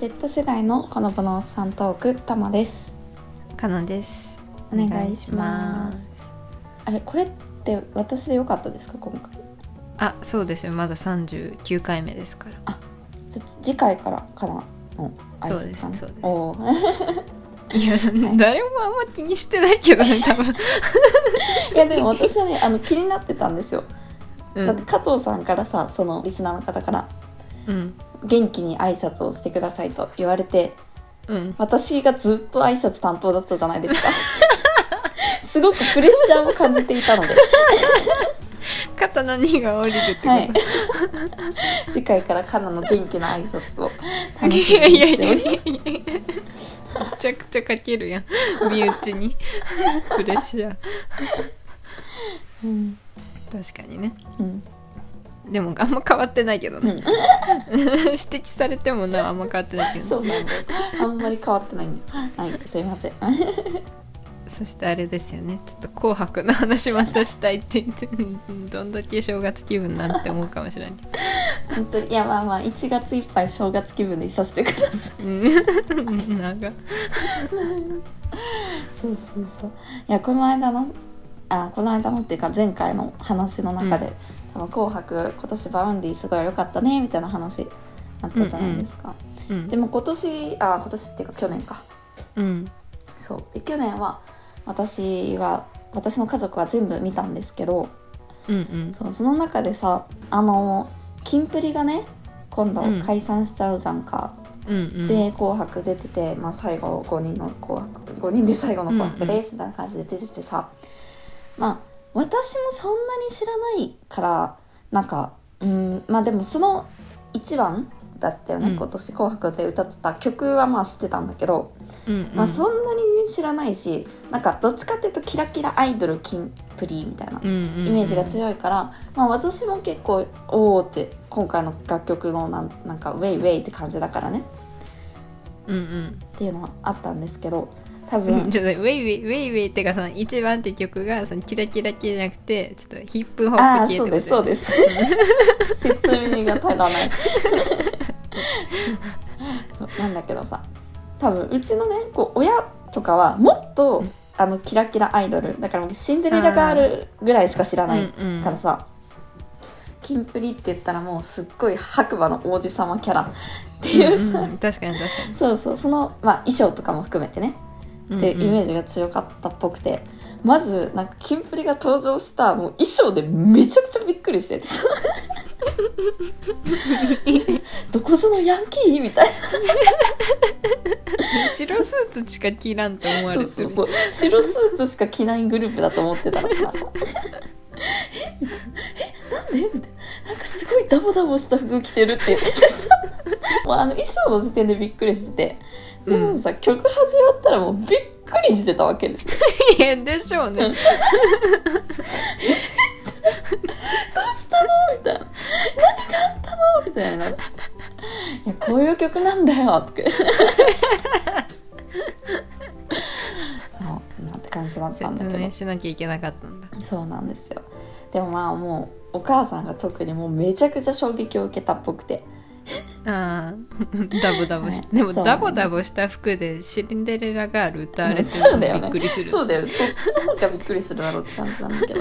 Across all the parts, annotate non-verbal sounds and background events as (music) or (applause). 学世代のほのぼのおっさんトークたまですかなですお願いしますあれこれって私で良かったですか今回あそうですよまだ39回目ですからちょっと次回からかなのあれかなそうですそうですおー (laughs) いや、い誰もあんま気にしてないけど (laughs) ね多分、いやでも私はねあの気になってたんですよ、うんだって加藤さんからさそのリスナーの方からうん元気に挨拶をしてくださいと言われてうん、私がずっと挨拶担当だったじゃない (laughs) ですかすごくプレッシャーも感じていたので、肩の荷が降りるってこと、はい、 (laughs) 次回からカナの元気な挨拶を楽いしやみにいやしいやておいりやいやめちゃくちゃかけるやん身内にプレッシャーうん確かにねうんでもあんま変わってないけどうね、ん (laughs) 指摘されてもなあんま変わってないけどそねうなんだよあんまり変わってないんではいすいませんはそしてあれですよねちょっと「紅白」の話またしたいって言ってどんだけ正月気分なんて思うかもしれない本当にいやまあまあ1月いっぱい正月気分でいさせてくださいうんなんかそうそうそういやこの間のあこの間のっていうか前回の話の中で「多分紅白今年バウンディすごい良かったね」みたいな話あったじゃないですか、うんでも今年あ今年っていうか去年かうんそうで去年は私は私の家族は全部見たんですけどうんうんそうその中でさあのキンプリがね今度うん解散しちゃうじゃんか、うんうんで「紅白」出てて、まあ、最後5人の「紅白」5人で最後の「紅白」ですみたいな感じで出ててさ、まあ私もそんなに知らないからなんかうんまあでもその1番だったよね、うん今年「紅白」で歌ってた曲はまあ知ってたんだけど、うんうんまあ、そんなに知らないしなんかどっちかっていうとキラキラアイドルキンプリみたいなうんうんうんイメージが強いから、まあ、私も結構おおって今回の楽曲のなんなんかウェイウェイって感じだからねうっんていうのはあったんですけど多う分、んちょっとウェイウェイウェイウェイってかその一番って曲がそのキラキラ系じゃなくてちょっとヒップホああップ系そうってでこすそとうだよねです (laughs) 説明が足らないそうなんだけどさ多分うちのねこう親とかはもっとあのキラキラアイドルだからもうシンデレラガールぐらいしか知らないうんうんからさ、キンプリって言ったらもうすっごい白馬の王子様キャラっていうさ、うんうん確かに確かにそうそうその、まあ、衣装とかも含めてねうんってイメうんージが強かったっぽくて、まずなんかキンプリが登場したもう衣装でめちゃくちゃびっくり (laughs) しててどこぞのヤンキーみたい白スーツしか着らんと思なわそうれてそうるそう白スーツしか着ないグループだと思ってたからさええなんでみたいななんかすごいダボダボした服着てるって言っててさもうあの衣装の時点でびっくりしててでもさ、曲始まったらもうびっくりしてたわけですよいやでしょうねどうしたのみたいな何があったのみたいないやこういう曲なんだよとか (laughs) そうなんて感じだったん説だけ明どしなきゃいけなかったんだそうなんですよでもまあもうお母さんが特にもうめちゃくちゃ衝撃を受けたっぽくてあー (laughs) ダボダボし、はいでもそうダボダボした服でシンデレラガール歌われてそうるだよのねびっくりするそうだよねそっちの方がびっくりするだろうって感じなんだけど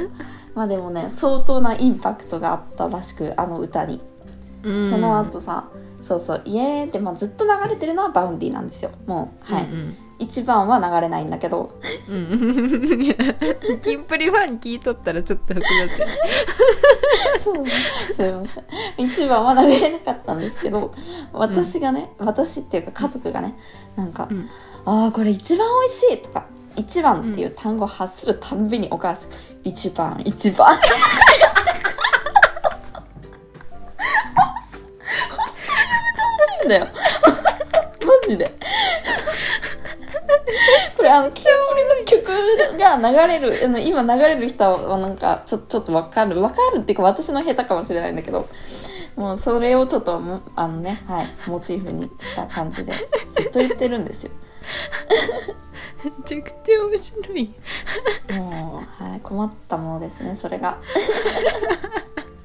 まあでもね相当なインパクトがあったらしくあの歌にうんその後さそうそう「イエーイ!」って、まあ、ずっと流れてるのはバウンディなんですよもうはい、うん一番は流れないんだけどうんうん (laughs) いやキンプリファン聞いとったらちょっと複雑やそう (laughs) すいません一番は流れなかったんですけど私がね、私っていうか家族がねなんか「うんああこれ一番美味しい!」とか「一番」っていう単語を発するたんびにお母さん「一番一番」本当にやめてほしいんだよマジでこれあのキンプリの曲が流れるあの今流れる人はなんかちょちょっとわかるわかるっていうか私の下手かもしれないんだけどもうそれをちょっともあのねはいモチーフにした感じでずっと言ってるんですよめちゃくちゃ面白いもう、はい、困ったものですねそれが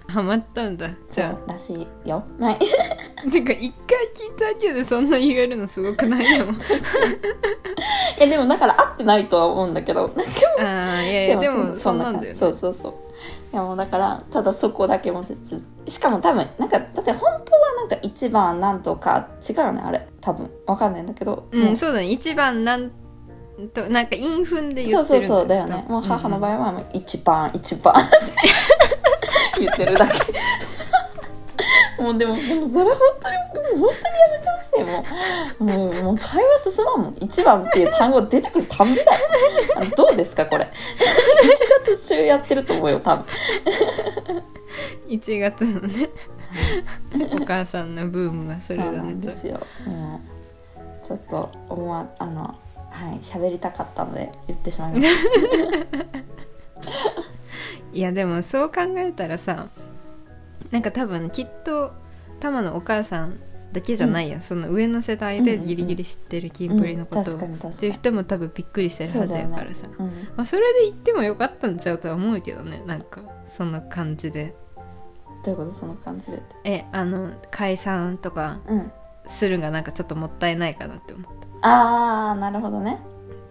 ハマったんだじゃそうらしいよはい (laughs) あなんか一回聞いただけでそんな言えるのすごくないでもいやでもだから合ってないとは思うんだけどああいやいやでもそんなんだよねそうそうそういやもうだからただそこだけもせつしかも多分なんかだって本当はなんか一番なんとか違うよねあれ多分わかんないんだけど、うもん、そうだね一番なんとなんか韻踏んで言そうってそるうそうだよねもう母の場合はもう一番一番 (laughs) って言ってるだけもうでもでもそれ本当にもう本当にやめてほしいもうもうもう会話進まんもん一番っていう単語出てくるたんびだよあのどうですかこれ1月中やってると思うよ多分1月のねお母さんのブームがそれそうだなんねですよ、うん、ちょっと思わあのはい喋りたかったので言ってしまいましいやでもそう考えたらさなんか多分きっとタマのお母さんだけじゃないや、ん、その上の世代でギリギリ知ってるキた、ンプリのこうんとを、確かに確ってかいうに、人も多分びっくりしてるはずやからさ、うん、まあ、それで言ってもよかったんちゃうとは思うけどねなんかそんな感じでどういうことその感じでえあの解散とかうんするんがなんかちょっともったいないかなって思うああなるほどね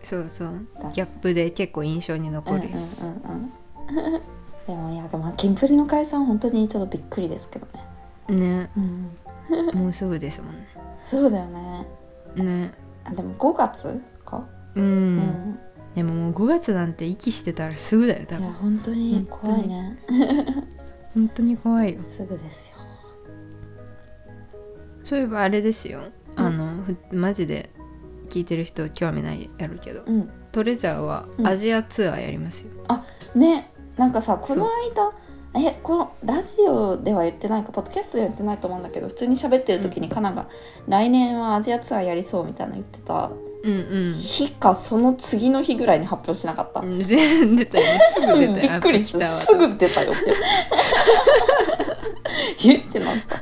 そうそう確かにギャップで結構印象にうん残うんるうよ、んうん (laughs) でもいやでもキンプリの解散は本当にちょっとびっくりですけどね、ねうん、もうすぐですもんねそうだよねねあでも5月かうん、うん、でももう5月なんて息してたらすぐだよ多いや分本当に怖いね本当に怖いよすぐですよそういえばあれですようんあの、ふマジで聞いてる人興味ないやろうけどうんトレジャーはうんアジアツアーやりますよ、ねなんかさこの間えこのラジオでは言ってないかポッドキャストでは言ってないと思うんだけど普通に喋ってる時にカナが来年はアジアツアーやりそうみたいなの言ってたうん、うん日かその次の日ぐらいに発表しなかった、うん全然出たよすぐ出うんたびよっくりしあた来すわぐ出たよって (laughs) えってなった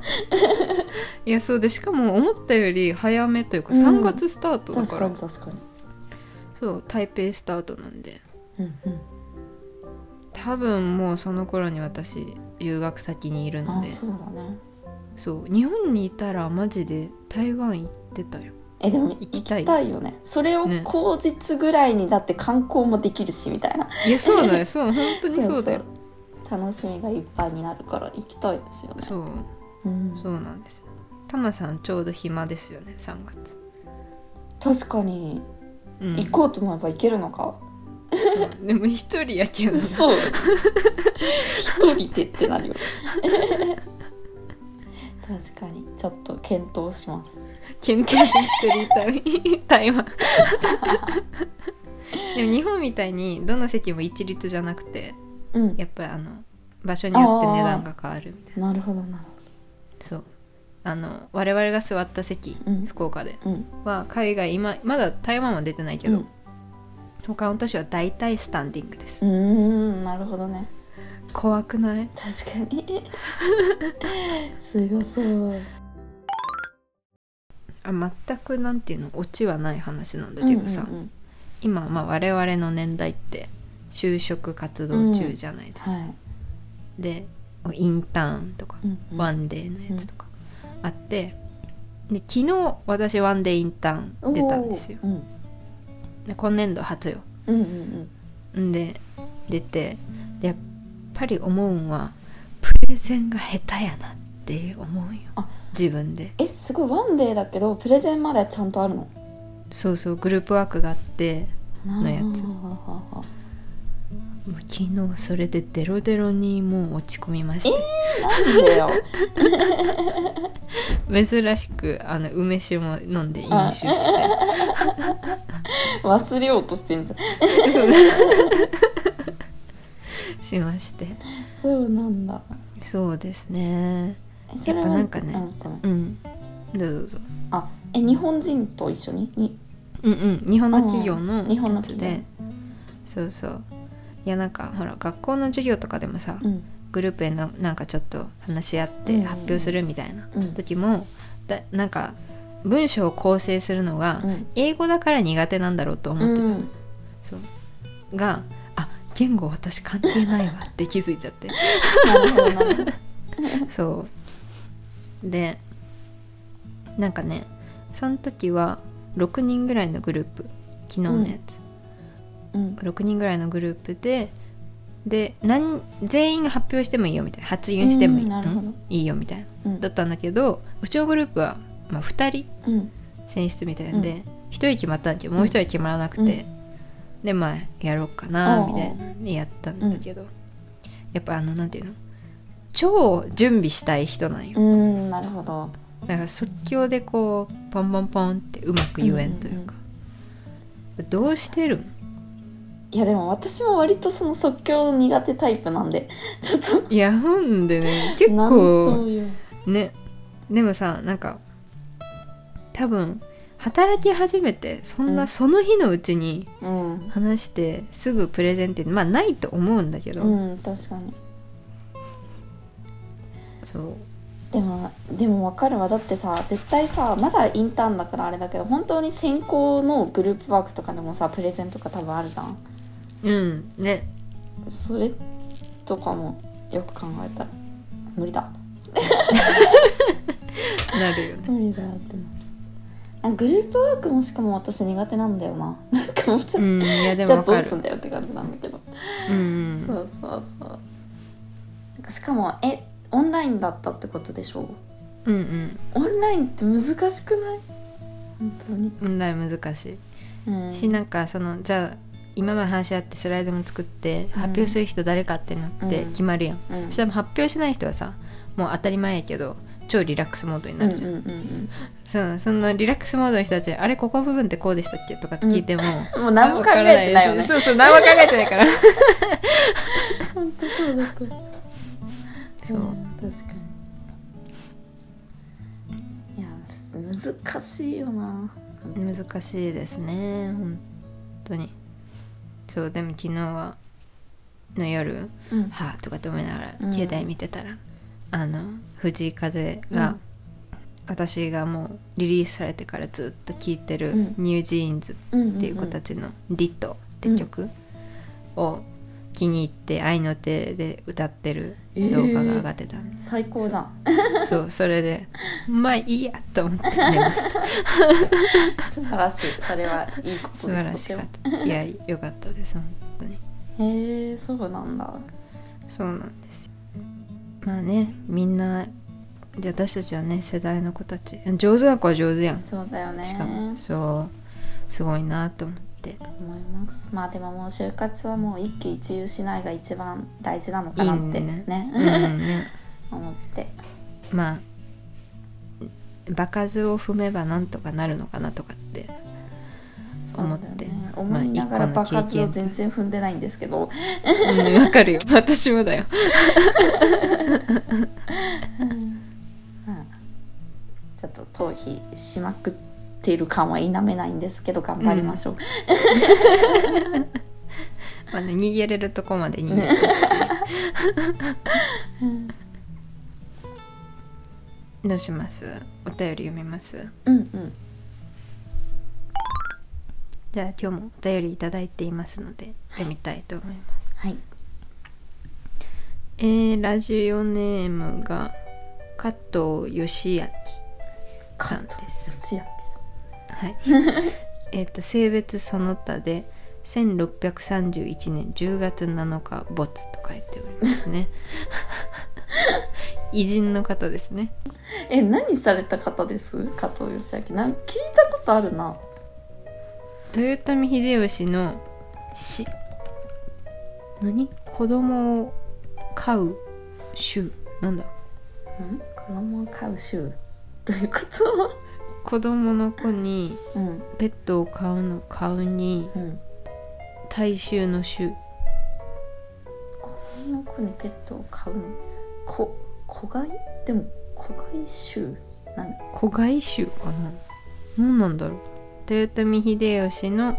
いやそうでしかも思ったより早めというかうん3月スタートだ確か、からに確かにそう台北スタートなんでうんうん多分もうその頃に私留学先にいるのあでそうだねそう日本にいたらマジで台湾行ってたよえでも行行ききたたいいよねそれをね後日ぐらいにだって観光もできるしみたいないやそう (laughs) だよそう本当にそうだよそうそう楽しみがいっぱいになるから行きたいですよねそううんそうなんですよタマさんちょうど暇ですよね3月、確かにうん、行こうと思えば行けるのか、そうでも一人やけ (laughs) どそう一人でってなるよ (laughs) 確かにちょっと検討します研究して一 (laughs) 人旅台湾でも日本みたいにどの席も一律じゃなくてうんやっぱりあの場所によって値段が変わるみたいなるほどなるなそうあの我々が座った席、うん福岡でほどうんは海外今まだ台湾は出てないけど、うん他の都市は大体スタンディングです、うーんなるほどね怖くない確かにすごそうあ全くなんていうのオチはない話なんだけどさ、うんうんうん今、まあ、我々の年代って就職活動中じゃないですか、はいでインターンとか、うんうんワンデーのやつとかあってで昨日私ワンデーインターン出たんですよおーうんで今年度初ようんうんんで出てでやっぱり思うんはプレゼンが下手やなって思うんよあ自分でえすごいワンデーだけどプレゼンまでちゃんとあるのそうそうグループワークがあってのやあつーもう昨日それでデロデロにもう落ち込みましてなんでよ珍しくあの梅酒も飲んで飲酒して忘れようとしてんじゃんしましてそうなんだそうですねえそれはやっぱなんかねうんごめんうんどうぞどうぞあえ日本人と一緒ににうんうん日本の企業のうん日本のやつ企業でそうそういやなんかほら学校の授業とかでもさ、うんグループでななんかちょっと話し合っうんてうん発表するみたいなうん時も、だなんか文章を構成するのが、うん英語だから苦手なんだろうと思ってた、うんそうがあ言語私関係ないわって気づいちゃっ (laughs) てなるほどなるほどそうでなんかねその時は6人ぐらいのグループ昨日のやつ、うん6人ぐらいのグループでで何全員が発表してもいいよみたいな発言してもいい,、うんんなるほどいいよみたいなうんだったんだけどうちのグループは、まあ、2人うん選出みたいなんで、1人決まったんだけどもう1人は決まらなくて、うんでまあやろうかなおうおうみたいなでやったんだけど、やっぱあのなんていうの超準備したい人なんよ、うんなるほどだから即興でこうパンパンパンってうまく言えんというか、どうしてるんいやでも私も割とその即興の苦手タイプなんで (laughs) ちょっといやほんで (laughs) ね結なん構というねでもさなんか多分働き始めてそんうなんその日のうちにうん、話してすぐプレゼンってまあないと思うんだけど、うん、確かにそうでもでも分かるわだってさ絶対さまだインターンだからあれだけど本当に先行のグループワークとかでもさプレゼンとか多分あるじゃんうんねそれとかもよく考えたら無理だな (laughs) るよね無理だってなあグループワークもしかも私苦手なんだよななんかもうちうょっんいやでとじもゃあわどかうるすんだよって感じなんだけど、うんうんそうそうそうなんかしかもえオンラインだったってことでしょうんうんオンラインって難しくない本当に、オンライン難しい、うんしなんかそのじゃあ今まで話し合ってスライドも作って発表する人誰かってなってうん決まるやん、うんそしたら発表しない人はさもう当たり前やけど超リラックスモードになるじゃん、うんうんうんそうそのリラックスモードの人たちにあれここ部分ってこうでしたっけとかって聞いても、うんもう何も考えてないよねわからそうそうそう何も考えてないから (laughs) 本当そうだったそう確かにいや難しいよな難しいですね本当にそうでも昨日はの夜うんはあとかって思いながらうん携帯見てたら、あの藤井風が、うん私がもうリリースされてからずっと聴いてるうん「ニュージーンズ」っていう子たちの「ディットって曲を気に入って愛の手で歌ってる動画が上がってたんです、最高じゃんそうそれでまあいいやと思って寝ました (laughs) 素晴らしい (laughs) それはいいことです素晴らしかったいやよかったです本当にたへえそうなんだそうなんですよまあねみんなで私たちはね世代の子たち上手な子は上手やんそうだよねしかもそうすごいなと思って思いますまあでももう就活はもう一喜一憂しないが一番大事なのいかいなってねねう (laughs) んね思ってまあ場数を踏めばなんとかなるのかなとかって思ってそうだよねまあ思いながら一個場の経験数を全然踏んでないんですけどうんわかるよ私もだようんちょっと逃避しまくっている感は否めないんですけど頑張りましょう、まあね逃げれるとこまで逃げるどうしますお便り読みますうん、うんじゃあ今日もお便りいただいていますので読みたいと思いますはいえー、ラジオネームが加藤義明さんです千秋はい (laughs) えっと性別その他で1631年10月7日没と書いておりますね (laughs) 偉人の方ですねさんえ何された方です加藤義明なん聞いたことあるな豊臣秀吉の死何子供を飼う衆なんだん子供を飼う週どういうこと子供の子にうんペットを飼うの飼うにうん大衆の衆女の子にペットを飼うのこ子飼いでも子飼い週なん子外衆かな何なんだろう豊臣秀吉の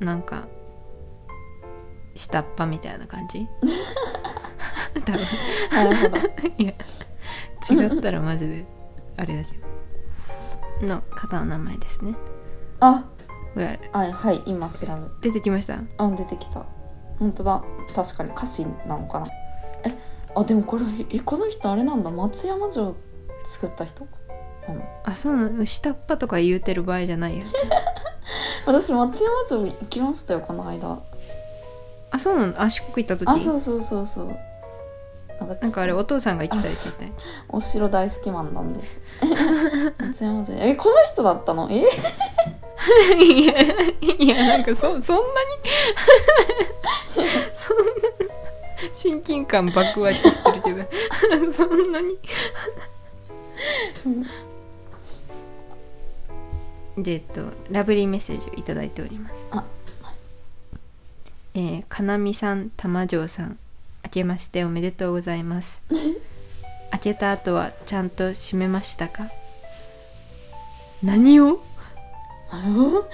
なんか下っ端みたいな感 (laughs) じ多なるほど分違ったらマジであれだけどの方の名前ですねあうわあはい今調べ出てきましたあ出てきた本当だ確かに歌詞なのかなえあでもこれえこの人あれなんだ松山城作った人あそうなの下っ端とか言うてる場合じゃないよ私松山城行きましたよこの間あそうなのあ四国行った時あそうそうそうそうなんなんかあれお父さんが行きたいあって言ったよお城大好きマンなんです (laughs) 松山城えこの人だったの (laughs) えいや、いや、なんかそ、そんなにそんな、親近感爆湧きしてるけど、そんなに。で、えっと、ラブリーメッセージをいただいております。あえーかなみさん、玉城さん、明けましておめでとうござい (laughs) ます。明けた後はちゃんと閉めましたか何をあの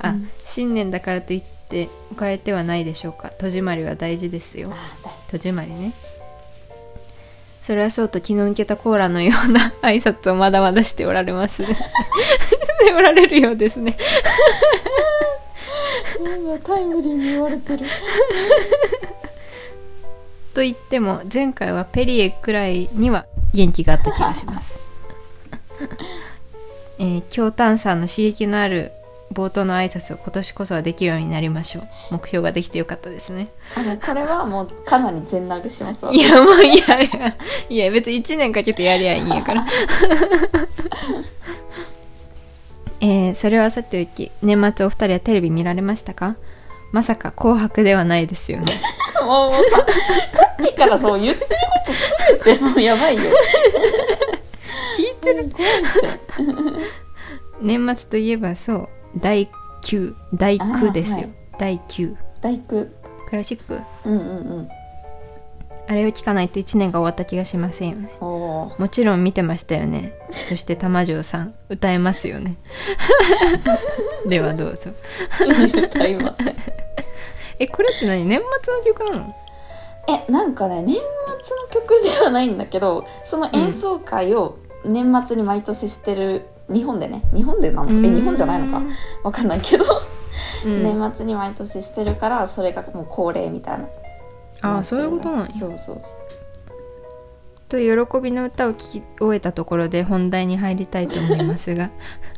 あ、新年だからといって置かれてはないでしょうか戸締まりは大事ですよあ大戸締まりねそれはそうと気の抜けたコーラのような (laughs) 挨拶をまだまだしておられます (laughs) しておられるようですねやばいタイムリーに言われてると言っても前回はペリエくらいには元気があった気がします (laughs) えー強炭酸の刺激のある冒頭の挨拶を今年こそはできるようになりましょう目標ができてよかったですねあのこれはもうかなり全投げしますわいや、もういやいや、いや、別に1年かけてやりゃいいん (laughs) やから。えー、それはさておき、年末お二人はテレビ見られましたかまさか紅白ではないで (laughs) すよね。もうもうささっきからそう言ってること全てもうやばいよ聞いてる年末といえばそう、第9、第9ですよ。あーはい第9。大工クラシックうんうんあれを聞かないと1年が終わった気がしませんよね。うんおーもちろん見てましたよね。そして玉城さん、歌えます (laughs) よね。ではどうぞ。歌いませんえこれって何年末の曲なのえなんかね年末の曲ではないんだけどその演奏会を年末に毎年してる日本でね日本でなのえ日本じゃないのかわかんないけど、うん年末に毎年してるからそれがもう恒例みたいなああそういうことなんやそうそうそうと喜びの歌を聞き終えたところで本題に入りたいと思いますが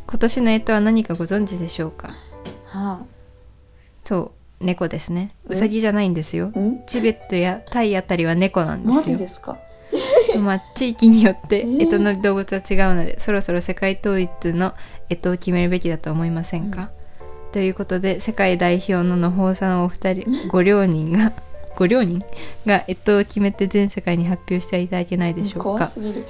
今年の干支は何かご存知でしょうかはそう猫ですねえうさぎじゃないんですよあんチベットやタイあたりは猫なんでマすジよですかとまあ地域によってー干支の動物は違うので、そろそろ世界統一の干支を決めるべきだと思いませんか、ということで世界代表の野放さんお二人ご両人が (laughs) ご両人が干支を決めて全世界に発表していただけないでしょう怖かすぎる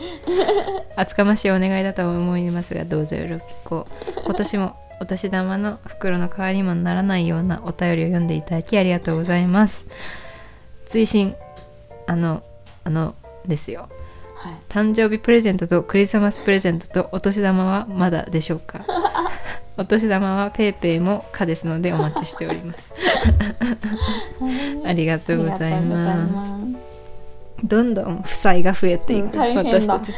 厚かましいお願いだと思いますがどうぞよろしくお今年も (laughs) お年玉の袋の代わりにもならないようなお便りを読んでいただきありがとうございます追伸あのあのですよはい誕生日プレゼントとクリスマスプレゼントとお年玉はまだでしょうか (laughs) お年玉はペイペイも可ですのでお待ちしておりますありがとうございありがとうごまざいますすどんどん負債が増えていく、うん大変だ私た (laughs) ち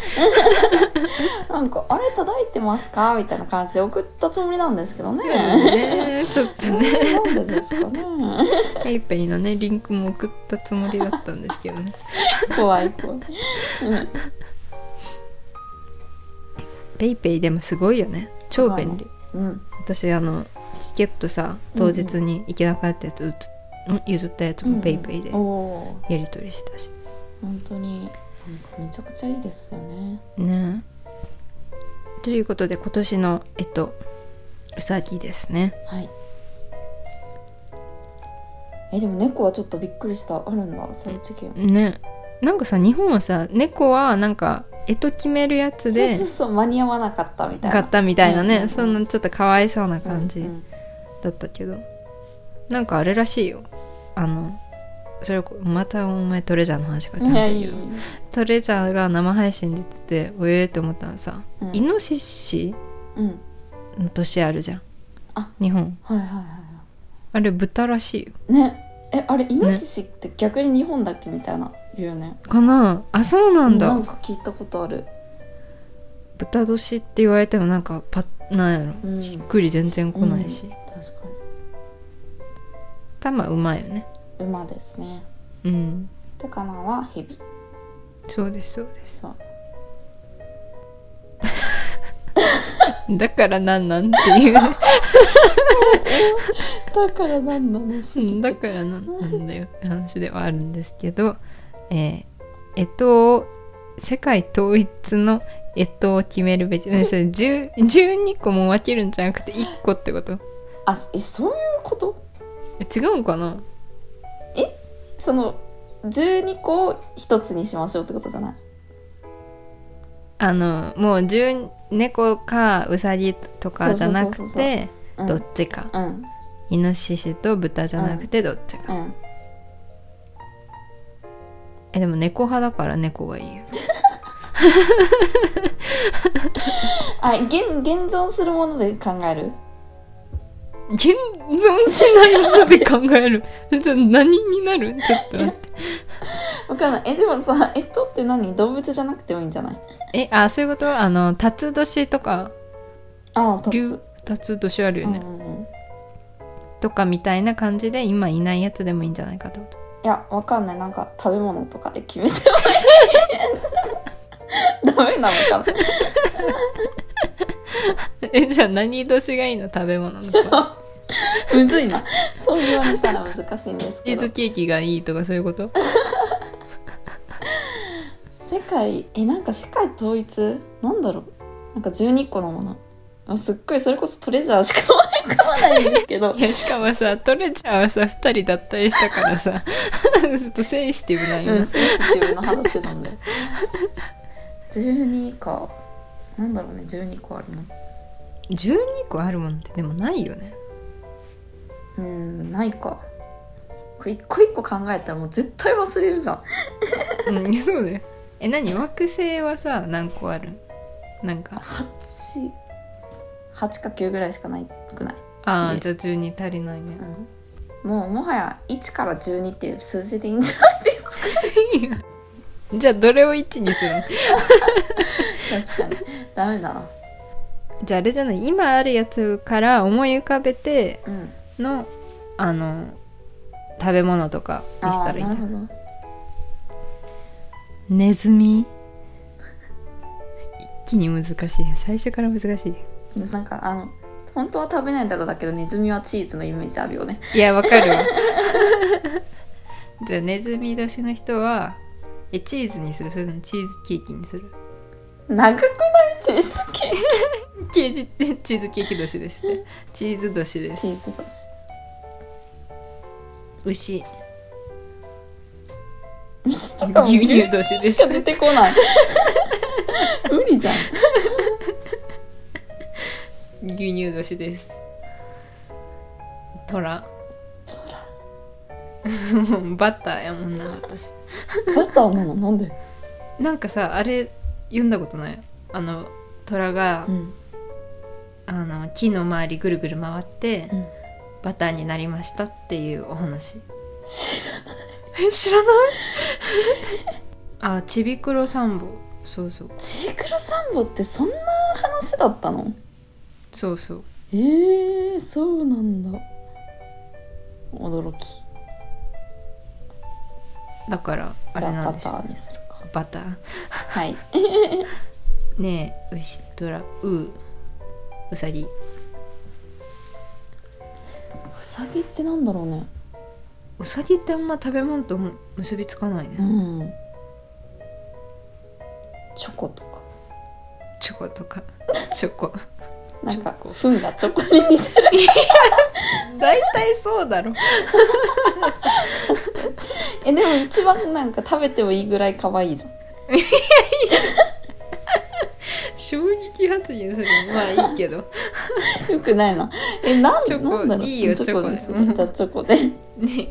なんか「あれ叩いてますか?」みたいな感じで送ったつもりなんですけどねねちょっとねなんでですかねペイペイのねリンクも送ったつもりだったんですけどね怖い怖いペイペイでもすごいよね超便利うん私あのチケットさ当日に行けなかったやつ、うつん譲ったやつもペイペイでおおやり取りしたし、本当になんかめちゃくちゃいいですよねねえということで今年のえっとうさぎですねはいえでも猫はちょっとびっくりしたあるんだそういう次元ねえなんかさ日本はさ猫はなんかえと決めるやつでそうそうそう間に合わなかったみたいな買ったみたいなね、うんうんうんそんなちょっとかわいそうな感じ、うんうんだったけどなんかあれらしいよあのそれこまたお前トレジャーの話が出いまやしいけやいどやトレジャーが生配信で出てておえーって思ったのさ、うんイノシシうんの年あるじゃんあ日本はいはいはいはあれ豚らしいよいねえあれイノシシって逆に日本だっけみたいな言うよねかなあそうなんだ、なんか聞いたことある豚年って言われてもなんかパッなんやろ、うんしっくり全然来ないし、確か頭うまいよねに馬ですねうんでカナンは蛇そうですそうですそうだからなんなんっていうだからなんなのうん (laughs) だからなんなんだよって話ではあるんですけどえー、えと世界統一のえとを決めるべきねそれ10 12個も分けるんじゃなくて1個ってことあえそういうこと違うんかなその12個を1つにしましょうってことじゃないあのもう10猫かウサギとかじゃなそうくそうそうてうんどっちかうんイノシシと豚じゃなくてどっちか、うんえでも猫派だから猫がいいよあ現現存するもので考える現存しないもので考えるちょ何になるちょっと待ってわかんないえでもさえっとって何動物じゃなくてもいいんじゃないえあそういうことあの辰年とかああと竜辰年あるようんうね、んうん、とかみたいな感じで今いないやつでもいいんじゃないかってこといやわかんないなんか食べ物とかで決めてもいいダメなのかなえじゃあ何年がいいの食べ物の (laughs) むずいなそう言われたら難しいんですチけーどズケーキがいいとかそういうこと世界えなんか世界統一なんだろうなんか12個のものあすっごいそれこそトレジャーしか思い浮かば (laughs) ないんですけど (laughs) いやしかもさトレちゃんはさ2人脱退したからさ (laughs) ちょっとセンシティブなんようねん、センシティブな話なんで12かなんだろうね12個あるの12個あるもんってでもないよねうんないかこれ一個一個考えたらもう絶対忘れるじゃんうんそうだよえ何惑星はさ何個あるなんか8八か9ぐらいしかないくない、ああねじゃあ12足りないねうん、もうもはや1から12っていう数字でいいんじゃないですかじゃあどれを1にするの確かにダメだな (laughs) じゃああれじゃない今あるやつから思い浮かべてうんのあの食べ物とかにしたらいいんじゃあんーなるネズミ一気に難しい最初から難しいほどなんかあの本当は食べないだろうだけどネズミはチーズのイメージあるよねいや、わかる (laughs) わ。じゃあ、ネズミ年の人は、え、チーズにするそれともチーズケーキにする長くないチーズケーキケージってチーズケーキ年でして。チーズ年でチす。ーズだし牛。虫とかも牛乳牛年で乳すしか出てこ (laughs) ない無理じゃん牛乳年です。トラ。 (laughs) もうバターやもんな、私。バターなのなんでなんかさ、あれ、読んだことないあの、トラが、んあの、木の周りぐるぐる回って、うんバターになりましたっていうお話。知らえ知らない (laughs) あちびくろさんぼそうそうシークロサンボってそんな話だったのそうそうえー、そうなんだ驚きだからあじれゃあなバんですタよーにするかバターはいねえ牛とらううさぎウサギってなんだろうねうさぎってあんま食べ物とも結びつかないね、うんチョコとかチョコとか (laughs) チョコなんかチョコフンがチョコに似てる大体そうだ (laughs) ろえでも一番なんか食べてもいいぐらい可愛いじゃん衝撃発言するのまあいいけど (laughs) よくないな。え、なんチョコなんだろういいよチョコでチす。ョコでじゃあチョコで。ね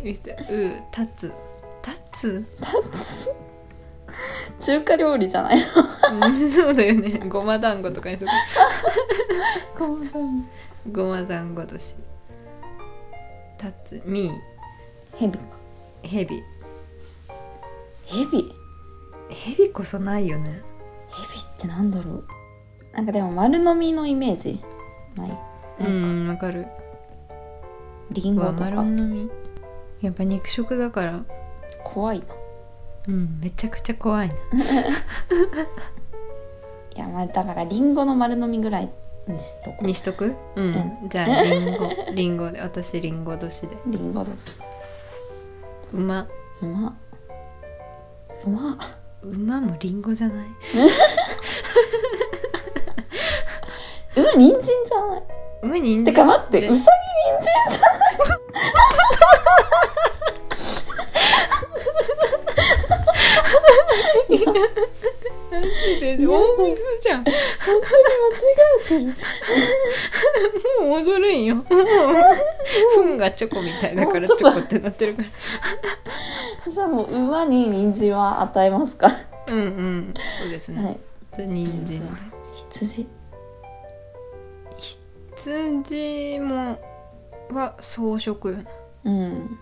え牛とらうたつたつ (laughs) 中華料理じゃないうんそうだよねごま団子とかにするごま団子年たつみヘビか。ヘビヘビヘビヘビこそないよねってなんだろうなんかでも丸飲みのイメージない。なんか、んわかるリンゴとマロか。ンの実やっぱ肉食だから怖いなうんめちゃくちゃ怖いないやまあだからリンゴの丸飲みぐらいにしとこにしとくうん、じゃあリンゴリンゴで私リンゴ年でうリンゴです馬うまっうまっ馬もリンゴじゃないうま人参じゃない馬にんてか待ってうさぎ人参じゃでやばい大食いするじゃんもない間違えてるう戻るんよ (laughs) もう糞がチョコみたいだからチもうちょョっコってなってるかじゃあもう馬に人参は与えますか、らうんうんそうですね、はいじゃあ人参羊羊もは草食よなうん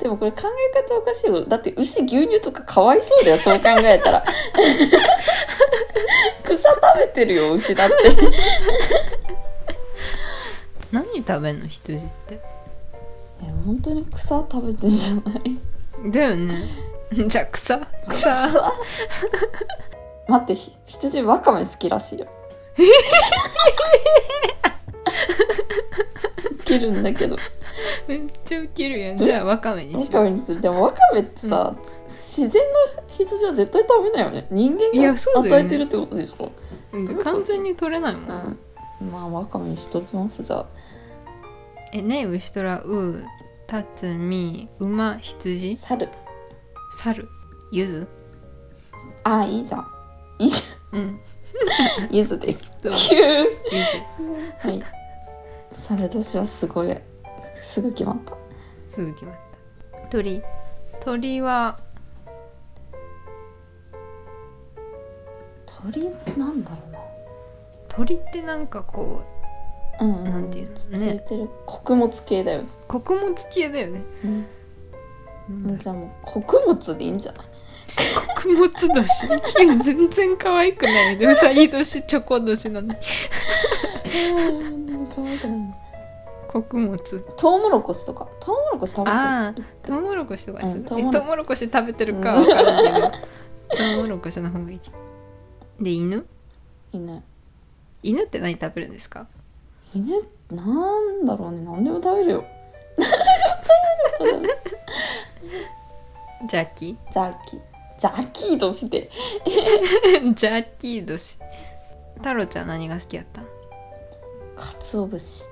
でもこれ考え方おかしいよだって牛牛乳とかかわいそうだよそう考えたら (laughs) 草食べてるよ牛だって何食べんの羊ってえ本当に草食べてんじゃない (laughs) だよねじゃあ草草草待ってひ羊わかめ好きらしい (laughs) よいけるんだけど (laughs) めっちゃウケるやんじゃあわかめにわしかよめにするでもわかめってさ、自然の羊は絶対食べないよね人い間やがそうだよ与ねえてるってことでしょううん完全に取れないもん、うんまあわかめにしときますじゃあえねウシトラウータツミ馬羊猿猿ゆずあいいじゃんいいじうんゃんゆず (laughs) ですそうキューゆはい猿年はすごいすぐ決まったずすぐ決まった鳥鳥は鳥なんだろうな鳥ってなんかこうんうなんていうのつねいてる穀物系だよねう、穀物系だよねうんじゃあもう穀物でいいんじゃない穀物年君全然可愛くないでうさぎ年チョコ年なのに可愛くない穀物トウモロコシとかトウモロコシ食べてるああトウモロコシとかにする、うんえトウモロトウモロコシ食べてるかわからんけど、トウモロコシの方がいいで犬犬犬って何食べるんですか犬なんだろうね何でも食べるよジャッキジャーキージャーキーとしてー (laughs) ジャッキー年太郎ちゃん何が好きやったかつお節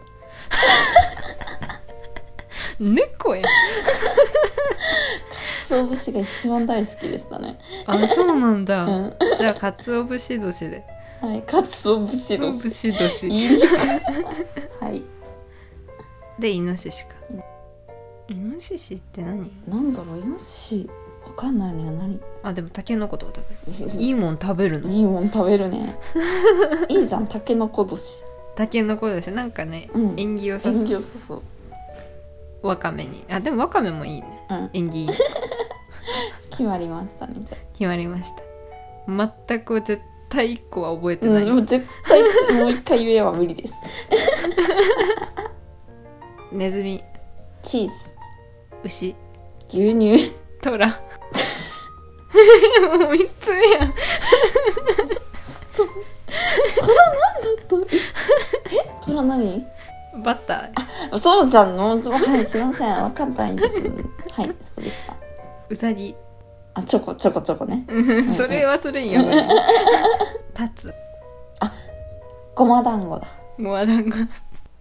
猫やんかつお節が一番大好きでしたねあそうなんだ、うんじゃあかつお節年ではいかつお節かのつお節年言いにくいはいでイノシシかイノシシって何なんだろうイノシシわかんないね何あでもタケノコとか食べるいいもん食べるのいいもん食べるねいいじゃんタケノコ年タケノコだしなんかね、うん縁起良さ縁そ起う良さそうわかめにあでもわかめもいいねうん演技決まりましたねじゃ決まりました全く絶対1個は覚えあ、てうない、ん、もう絶対つもう一回言えば無理ですネズミチーズ牛牛乳ト (laughs) ラもう3つ目やんトラ何バッターそうじゃんのはいすいません分かったんですはいそうでしたウサギあチョコチョコチョコね (laughs) それはするんやタツごま団子だモアダンゴ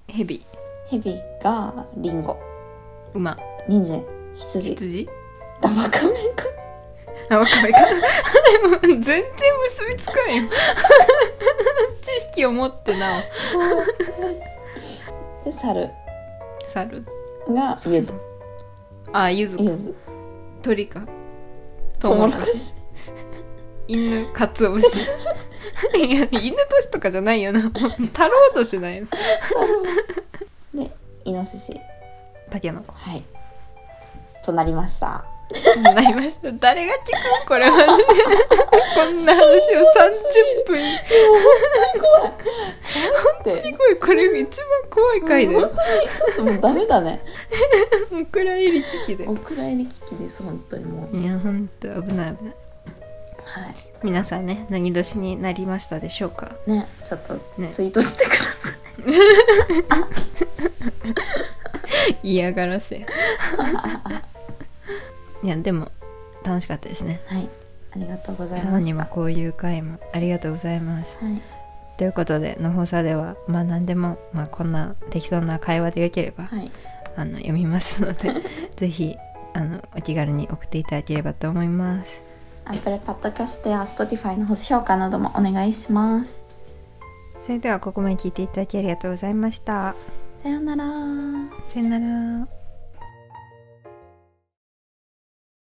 ヘビヘビがリンゴ馬人参羊羊ダバカメ (laughs) かあわかるわ (laughs) かる全然結びつかんよ (laughs) 知識を持ってなおで猿猿がゆずあゆずゆず鳥かトトウウモロモロココシシ犬かつお節 (laughs) いや犬年とかじゃないよな太郎年だよでイノシシタケノコはいとなりましたなりました誰が聞くこれ (laughs) マジでこんな話を30分ってすごいこれ一番怖い回だもうよ本当にちょっともうダメだねお蔵入り危機でお蔵入り危機です本当にもういやほんと危ない危ないはい皆さんね何年になりましたでしょうかねちょっとねツイートしてください、嫌がらせ (laughs) いやでも楽しかったですねはいありがとうございたまましにたもこういう回もありがとうございますはいということで「のほさ」ではまあ何でも、まあ、こんな適当な会話でよければ、はいあの読みますの (laughs) でぜひあのお気軽に送っていただければと思いますアップルパッドキャストや Spotify の星評価などもお願いしますそれではここまで聞いていただきありがとうございましたさようならさよなら